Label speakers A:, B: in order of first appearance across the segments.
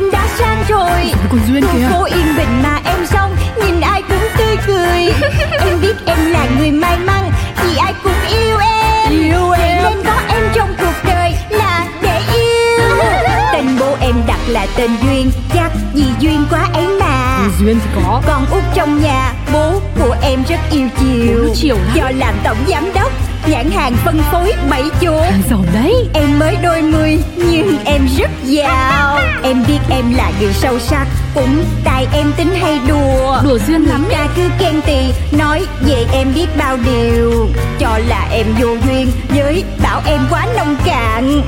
A: À.
B: viên thì có
C: Con út trong nhà, bố của em rất yêu
B: Bố
C: chiều
B: nó chiều lắm.
C: Do làm tổng giám đốc, nhãn hàng phân phối bảy chỗ
A: À,
B: Hàng giàu đấy
C: Em mới đôi mươi nhưng em rất giàu Em biết em là người sâu sắc Cũng tại em tính hay đùa
B: Đùa duyên lắm
C: Ra cứ khen tì Nói về em biết bao điều Cho là em vô duyên Với bảo em quá nông cạn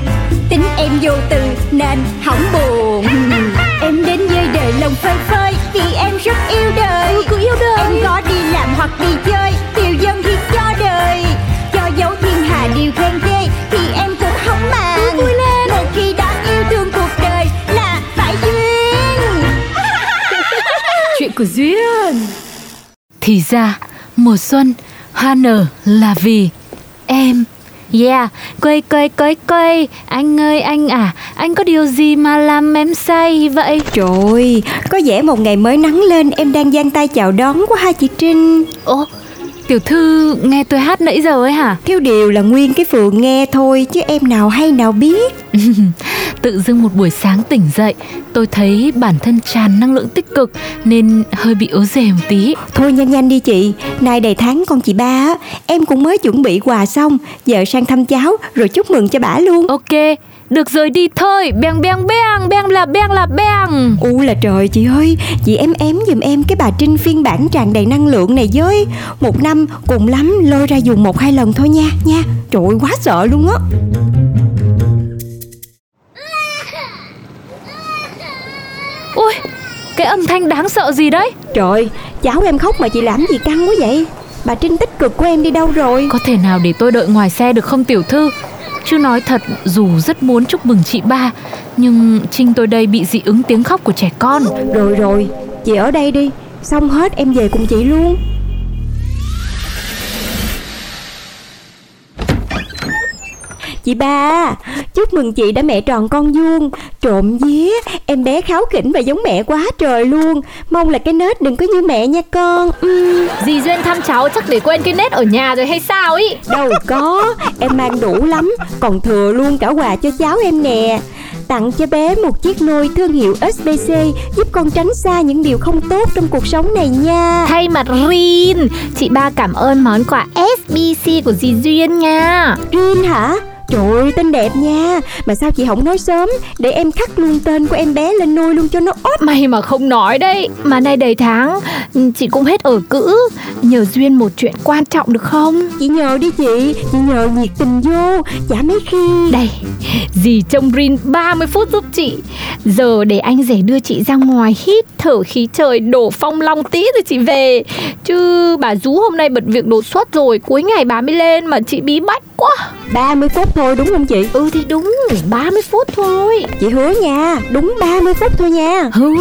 C: Tính em vô từ Nên hỏng buồn Em đến với đời lòng phơi phới Vì em rất yêu đời
B: cứ yêu đời.
C: Em có đi làm hoặc đi chơi Tiêu dân thì cho đời Cho dấu thiên hà điều khen ghê Thì em cũng không màng vui lên Một khi đã yêu thương cuộc đời Là phải duyên
B: Chuyện của Duyên Thì ra mùa xuân hoa nở là vì em
A: Yeah, quay quay quay quay Anh ơi anh à Anh có điều gì mà làm em say vậy
C: Trời ơi, có vẻ một ngày mới nắng lên em đang giang tay chào đón quá ha chị Trinh
A: Ồ, tiểu thư nghe tôi hát nãy giờ ấy hả
C: Thiếu điều là nguyên cái phường nghe thôi chứ em nào hay nào biết
A: Tự dưng một buổi sáng tỉnh dậy Tôi thấy bản thân tràn năng lượng tích cực Nên hơi bị ố dề một tí
C: Thôi nhanh nhanh đi chị, nay đầy tháng con chị ba á, em cũng mới chuẩn bị quà xong Giờ sang thăm cháu rồi chúc mừng cho bả luôn
A: Ok, được rồi đi thôi Beng beng beng, beng là beng là beng
C: U là trời chị ơi, chị em ém giùm em cái bà Trinh phiên bản tràn đầy năng lượng này với Một năm cùng lắm lôi ra dùng một hai lần thôi nha, nha Trời ơi, quá sợ luôn á
A: Ôi, cái âm thanh đáng sợ gì đấy
C: Trời, cháu em khóc mà chị làm gì căng quá vậy Bà Trinh tích cực của em đi đâu rồi
A: Có thể nào để tôi đợi ngoài xe được không tiểu thư Chứ nói thật dù rất muốn chúc mừng chị ba Nhưng Trinh tôi đây bị dị ứng tiếng khóc của trẻ con
C: Rồi rồi, chị ở đây đi Xong hết em về cùng chị luôn Chị ba, chúc mừng chị đã mẹ tròn con vuông Trộm vía, em bé kháo khỉnh và giống mẹ quá trời luôn Mong là cái nết đừng có như mẹ nha con ừ,
A: Dì Duyên thăm cháu chắc để quên cái nết ở nhà rồi hay sao ý
C: Đâu có, em mang đủ lắm Còn thừa luôn cả quà cho cháu em nè Tặng cho bé một chiếc nôi thương hiệu SBC Giúp con tránh xa những điều không tốt trong cuộc sống này nha
A: Thay mặt Rin Chị ba cảm ơn món quà SBC của dì Duyên nha
C: Rin hả? Trời ơi, tên đẹp nha Mà sao chị không nói sớm Để em khắc luôn tên của em bé lên nuôi luôn cho nó ốp
A: May mà không nói đấy Mà nay đầy tháng Chị cũng hết ở cữ Nhờ Duyên một chuyện quan trọng được không
C: Chị nhờ đi chị Chị nhờ nhiệt tình vô Chả mấy khi
A: Đây, dì trông Rin 30 phút giúp chị Giờ để anh rể đưa chị ra ngoài hít thở khí trời đổ phong long tí rồi chị về Chứ bà Rú hôm nay bật việc đột xuất rồi Cuối ngày bà mới lên mà chị bí bách quá
C: 30 phút thôi đúng không chị?
A: Ừ thì đúng, 30 phút thôi
C: Chị hứa nha Đúng 30 phút thôi nha
A: Hứa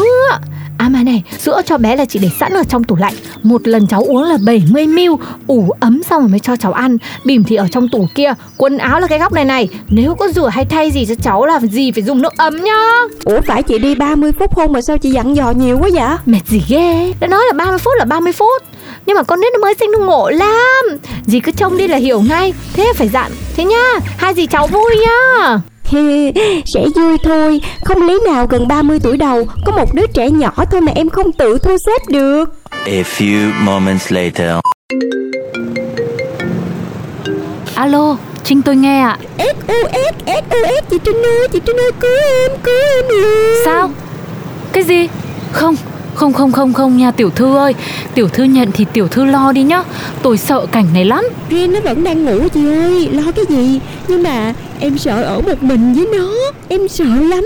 A: À mà này, sữa cho bé là chị để sẵn ở trong tủ lạnh Một lần cháu uống là 70 ml Ủ ấm xong rồi mới cho cháu ăn Bỉm thì ở trong tủ kia Quần áo là cái góc này này Nếu có rửa hay thay gì cho cháu là gì phải dùng nước ấm nhá
C: Ủa phải chị đi 30 phút không mà sao chị dặn dò nhiều quá vậy?
A: Mệt gì ghê Đã nói là 30 phút là 30 phút Nhưng mà con nít nó mới sinh nó ngộ lắm Dì cứ trông đi là hiểu ngay Thế phải dặn Thế nhá Hai dì cháu vui nhá
C: Sẽ vui thôi Không lý nào gần 30 tuổi đầu Có một đứa trẻ nhỏ thôi mà em không tự thu xếp được
D: A few moments later.
A: Alo Trinh tôi nghe ạ
C: SOS, SOS, chị Trinh ơi, chị Trinh ơi, cứu em, cứu em nè
A: Sao Cái gì Không không không không không nha tiểu thư ơi Tiểu thư nhận thì tiểu thư lo đi nhá Tôi sợ cảnh này lắm
C: Rin nó vẫn đang ngủ chị ơi, lo cái gì Nhưng mà em sợ ở một mình với nó, em sợ lắm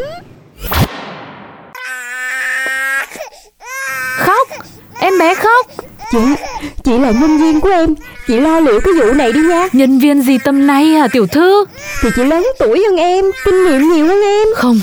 A: Khóc Em bé khóc
C: Chị, chị là nhân viên của em, chị lo liệu cái vụ này đi nha
A: Nhân viên gì tâm nay à tiểu thư
C: Thì chị lớn tuổi hơn em, kinh nghiệm nhiều hơn em
A: Không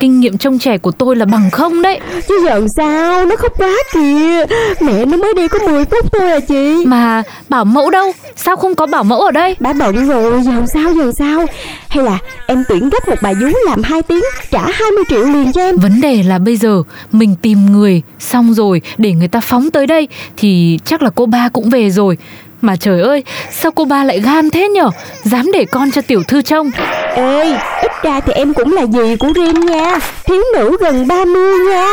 A: Kinh nghiệm trông trẻ của tôi là bằng không đấy
C: Chứ giờ làm sao, nó khóc quá kìa Mẹ nó mới đi có 10 phút thôi à chị
A: Mà bảo mẫu đâu Sao không có bảo mẫu ở đây
C: Bà bận rồi, giờ làm sao, giờ làm sao Hay là em tuyển gấp một bà vú làm 2 tiếng Trả 20 triệu liền cho em
A: Vấn đề là bây giờ mình tìm người xong rồi để người ta phóng tới đây thì chắc là cô ba cũng về rồi. Mà trời ơi, sao cô ba lại gan thế nhở? Dám để con cho tiểu thư trông.
C: Ê, ít ra thì em cũng là dì của Rin nha Thiếu nữ gần 30 nha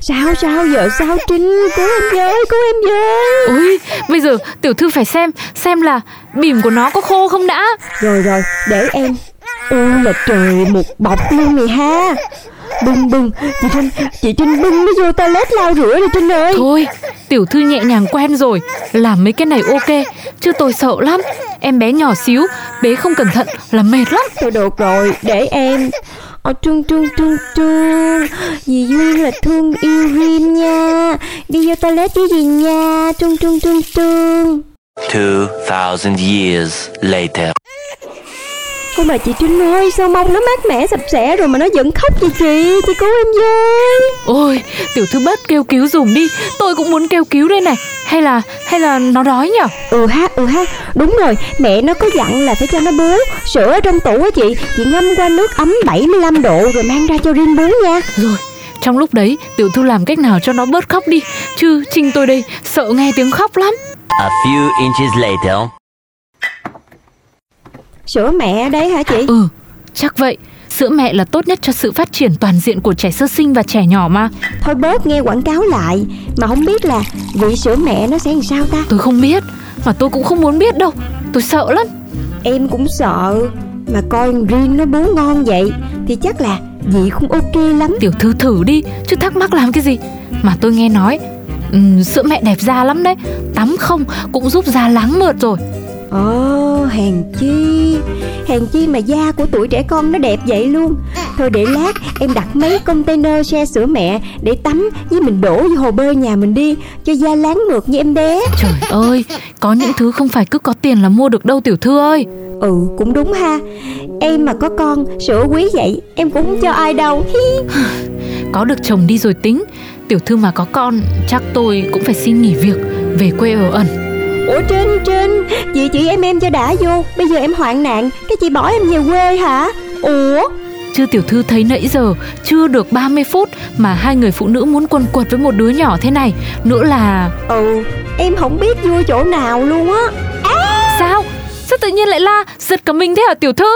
C: sao sao giờ sao trinh cứu em với cứu em với
A: Ôi, bây giờ tiểu thư phải xem xem là bỉm của nó có khô không đã.
C: rồi rồi để em u là trời một bọc luôn này ha bưng bưng chị trinh chị trinh bưng nó vô toilet lau rửa đi trinh ơi
A: Thôi, tiểu thư nhẹ nhàng quen rồi, làm mấy cái này ok, chứ tôi sợ lắm. Em bé nhỏ xíu, bế không cẩn thận là mệt lắm.
C: Thôi được rồi, để em Ờ, trương trương trương trương Dì Duyên là thương yêu Rin nha Đi vô toilet với dì nha Trương trương trương trương
D: 2,000 years later.
C: Ôi mà chị Trinh ơi Sao mong nó mát mẻ sạch sẽ rồi mà nó vẫn khóc vậy chị Chị cứu em với
A: Ôi, tiểu thư bớt kêu cứu dùm đi, tôi cũng muốn kêu cứu đây này. Hay là, hay là nó đói nhở?
C: Ừ ha ừ ha Đúng rồi mẹ nó có dặn là phải cho nó bú Sữa ở trong tủ á chị Chị ngâm qua nước ấm 75 độ Rồi mang ra cho Rin bú nha
A: Rồi, trong lúc đấy, tiểu thư làm cách nào cho nó bớt khóc đi, chứ Trinh tôi đây sợ nghe tiếng khóc lắm.
D: A few inches later.
C: Sữa mẹ đây hả chị
A: Ừ, chắc vậy. Sữa mẹ là tốt nhất cho sự phát triển toàn diện của trẻ sơ sinh và trẻ nhỏ mà.
C: Thôi bớt nghe quảng cáo lại Mà không biết là vị sữa mẹ nó sẽ làm sao ta
A: Tôi không biết, mà tôi cũng không muốn biết đâu. Tôi sợ lắm.
C: Em cũng sợ Mà coi riêng nó bú ngon vậy Thì chắc là vị không ok lắm
A: Tiểu thư thử đi, chứ thắc mắc làm cái gì. Mà tôi nghe nói, ừm, sữa mẹ đẹp da lắm đấy. Tắm không cũng giúp da láng mượt rồi.
C: Ồ hèn chi Hèn chi mà da của tuổi trẻ con nó đẹp vậy luôn Thôi để lát em đặt mấy container xe sữa mẹ Để tắm với mình đổ vô hồ bơi nhà mình đi Cho da láng mượt như em bé
A: Trời ơi, có những thứ không phải cứ có tiền là mua được đâu tiểu thư ơi.
C: Ừ cũng đúng ha Em mà có con sữa quý vậy Em cũng không cho ai đâu
A: Có được chồng đi rồi tính. Tiểu thư mà có con, chắc tôi cũng phải xin nghỉ việc, về quê ở ẩn.
C: Ủa Trinh, Trinh, chị chị em em cho đã vô Bây giờ em hoạn nạn, cái chị bỏ em về quê hả? Ủa,
A: Chứ tiểu thư thấy nãy giờ chưa được 30 phút mà hai người phụ nữ muốn quần quật với một đứa nhỏ thế này. Nữa là
C: ừ, em không biết vô chỗ nào luôn á
A: sao? Sao tự nhiên lại la giật cả mình thế hả tiểu thư?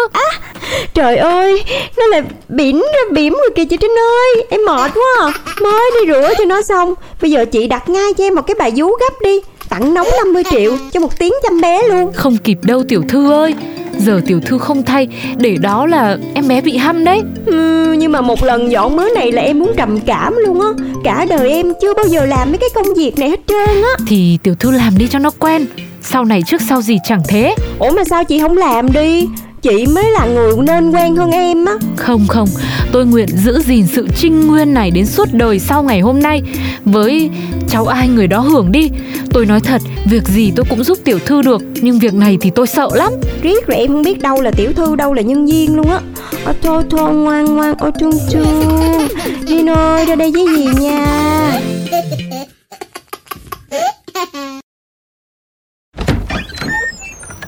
C: Trời ơi, nó là bỉm ra bỉm rồi kìa chị Trinh ơi Em mệt quá à. mới đi rửa cho nó xong Bây giờ chị đặt ngay cho em một cái bài vú gấp đi Tặng nóng 50 triệu cho một tiếng chăm bé luôn
A: Không kịp đâu tiểu thư ơi. Giờ tiểu thư không thay để đó là em bé bị hăm đấy.
C: ừ, Nhưng mà một lần dọn mớ này là em muốn trầm cảm luôn á Cả đời em chưa bao giờ làm mấy cái công việc này hết trơn á
A: Thì tiểu thư làm đi cho nó quen. Sau này trước sau gì chẳng thế.
C: Ủa mà sao chị không làm đi Chị mới là người nên quen hơn em á
A: Không không, tôi nguyện giữ gìn sự trinh nguyên này đến suốt đời sau ngày hôm nay Với cháu ai người đó hưởng đi Tôi nói thật, việc gì tôi cũng giúp tiểu thư được Nhưng việc này thì tôi sợ lắm
C: Riết rồi em không biết đâu là tiểu thư Đâu là nhân viên luôn á Ôi thôi thôi ngoan ngoan Ôi trương trương Rin ơi ra đây với gì nha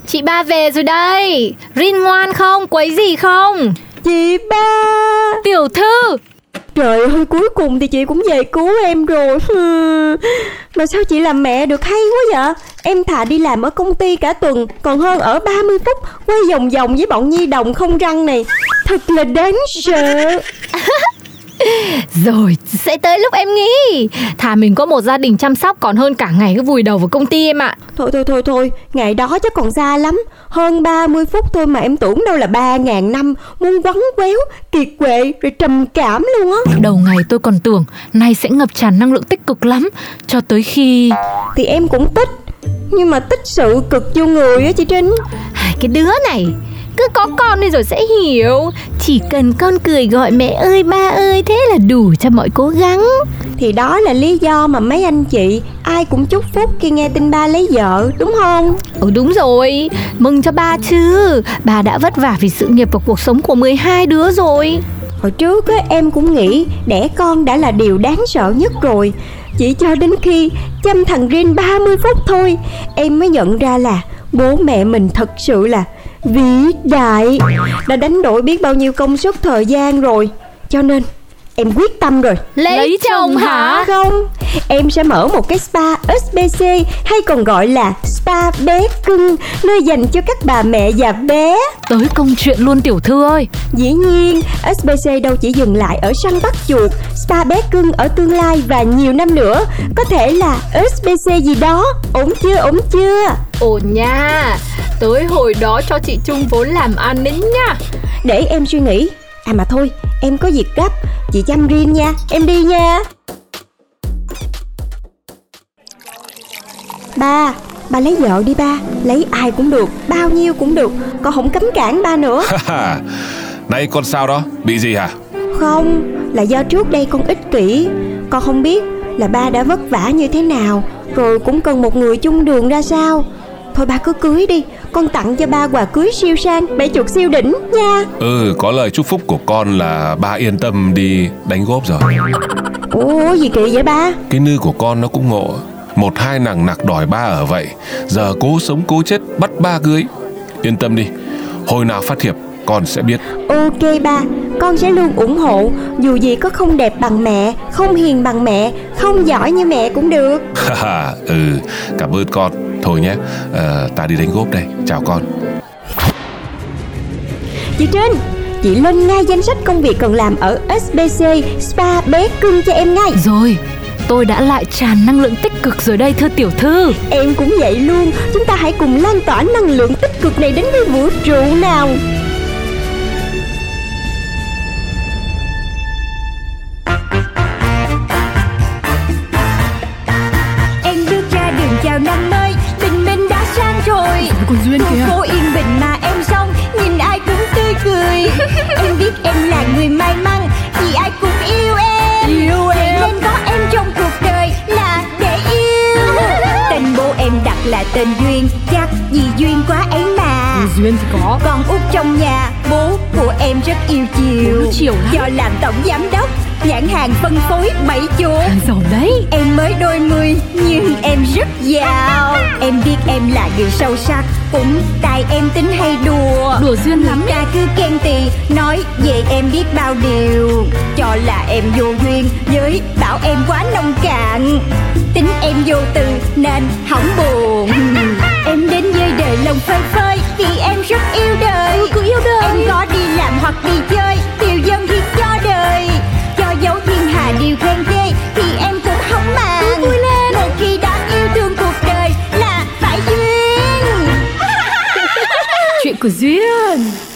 E: Chị ba về rồi đây Rin ngoan không? Quấy gì không?
C: Chị ba
A: Tiểu thư,
C: Trời ơi cuối cùng thì chị cũng về cứu em rồi Hừ. Mà sao chị làm mẹ được hay quá vậy Em thà đi làm ở công ty cả tuần Còn hơn ở 30 phút Quay vòng vòng với bọn nhi đồng không răng này Thật là đáng sợ
E: Rồi, sẽ tới lúc em nghĩ Thà mình có một gia đình chăm sóc Còn hơn cả ngày cứ vùi đầu vào công ty em ạ
C: Thôi thôi thôi thôi, ngày đó chắc còn xa lắm Hơn 30 phút thôi mà em tưởng đâu là 3.000 năm Muốn quấn quéo, kiệt quệ, rồi trầm cảm luôn á
A: đầu ngày tôi còn tưởng Nay sẽ ngập tràn năng lượng tích cực lắm Cho tới khi...
C: Thì em cũng tích Nhưng mà tích sự cực vô người á chị Trinh
E: Ai, Cái đứa này cứ có con đi rồi sẽ hiểu Chỉ cần con cười gọi mẹ ơi ba ơi Thế là đủ cho mọi cố gắng
C: Thì đó là lý do mà mấy anh chị Ai cũng chúc phúc khi nghe tin ba lấy vợ Đúng không?
E: Ừ đúng rồi, mừng cho ba chứ Bà đã vất vả vì sự nghiệp và cuộc sống của 12 đứa rồi
C: Hồi trước á, em cũng nghĩ Đẻ con đã là điều đáng sợ nhất rồi Chỉ cho đến khi chăm thằng Rin 30 phút thôi Em mới nhận ra là Bố mẹ mình thật sự là Vĩ đại Đã đánh đổi biết bao nhiêu công sức thời gian rồi Cho nên
F: em quyết tâm rồi
A: Lấy,
B: Lấy chồng
A: chồng
B: hả?
A: hả?
F: không em sẽ mở một cái spa SBC hay còn gọi là spa bé cưng nơi dành cho các bà mẹ và bé
B: Tới công chuyện luôn tiểu thư ơi
F: Dĩ nhiên, SBC đâu chỉ dừng lại ở săn bắt chuột, spa bé cưng ở tương lai và nhiều năm nữa. Có thể là SBC gì đó, ổn chưa ổn chưa?
A: Ổn nha Tới hồi đó cho chị Trung vốn làm ăn đấy nha
F: Để em suy nghĩ. À mà thôi, em có việc gấp, chị chăm riêng nha, em đi nha. Ba, ba lấy vợ đi ba, lấy ai cũng được, bao nhiêu cũng được, con không cấm cản ba nữa.
G: Ha, Này con sao đó Bị gì hả
F: Không, là do trước đây con ích kỷ Con không biết là ba đã vất vả như thế nào Rồi cũng cần một người chung đường ra sao Thôi ba cứ cưới đi Con tặng cho ba quà cưới siêu sang Bẻ chuột siêu đỉnh nha
G: Ừ có lời chúc phúc của con là ba yên tâm đi đánh góp rồi
F: Ủa gì kỳ vậy ba
G: Cái nư của con nó cũng ngộ Một hai nàng nặc đòi ba ở vậy Giờ cố sống cố chết bắt ba cưới Yên tâm đi Hồi nào phát hiệp con sẽ biết
F: Ok ba Con sẽ luôn ủng hộ Dù gì có không đẹp bằng mẹ Không hiền bằng mẹ Không giỏi như mẹ cũng được
G: Ha ha, Ừ cảm ơn con Thôi nhé ờ, ta đi đánh góp đây Chào con
F: Chị Trinh Chị lên ngay danh sách công việc cần làm ở SBC Spa bé cưng cho em ngay
B: Rồi Tôi đã lại tràn năng lượng tích cực rồi đây thưa tiểu thư
F: Em cũng vậy luôn Chúng ta hãy cùng lan tỏa năng lượng tích cực này đến với vũ trụ nào
C: Em bước ra đường chào năm mới Tình mình đã sang rồi
B: Còn duyên
C: Khu phố yên bình mà em xong Nhìn ai cũng tươi cười Em biết em là người may mắn Vì ai cũng yêu em Yêu em Nên có em trong cuộc đời Là để yêu Tên bố em đặt là tên Duyên Chắc vì duyên quá ấy mà
B: Duyên thì có
C: con út trong nhà bố của em rất yêu
B: Bố
C: chiều
B: nó chiều lắm.
C: do làm tổng giám đốc nhãn hàng phân phối bảy chỗ
B: Giàu đấy
C: em mới đôi mươi nhưng em rất giàu em biết em là người sâu sắc cũng tại em tính hay đùa
B: Đùa duyên lắm
C: ta cứ khen tì nói về em biết bao điều cho là em vô duyên với bảo em quá nông cạn tính em vô tư nên hỏng buồn em đến với đời lòng phơi phới vì em rất yêu đời Ừ, yêu đời em có đi làm hoặc đi chơi tiêu dân thì cho đời cho dấu thiên hà điều khen ghê thì em cũng không màng vui lên một khi đã yêu thương cuộc đời là phải duyên
B: Chuyện của Duyên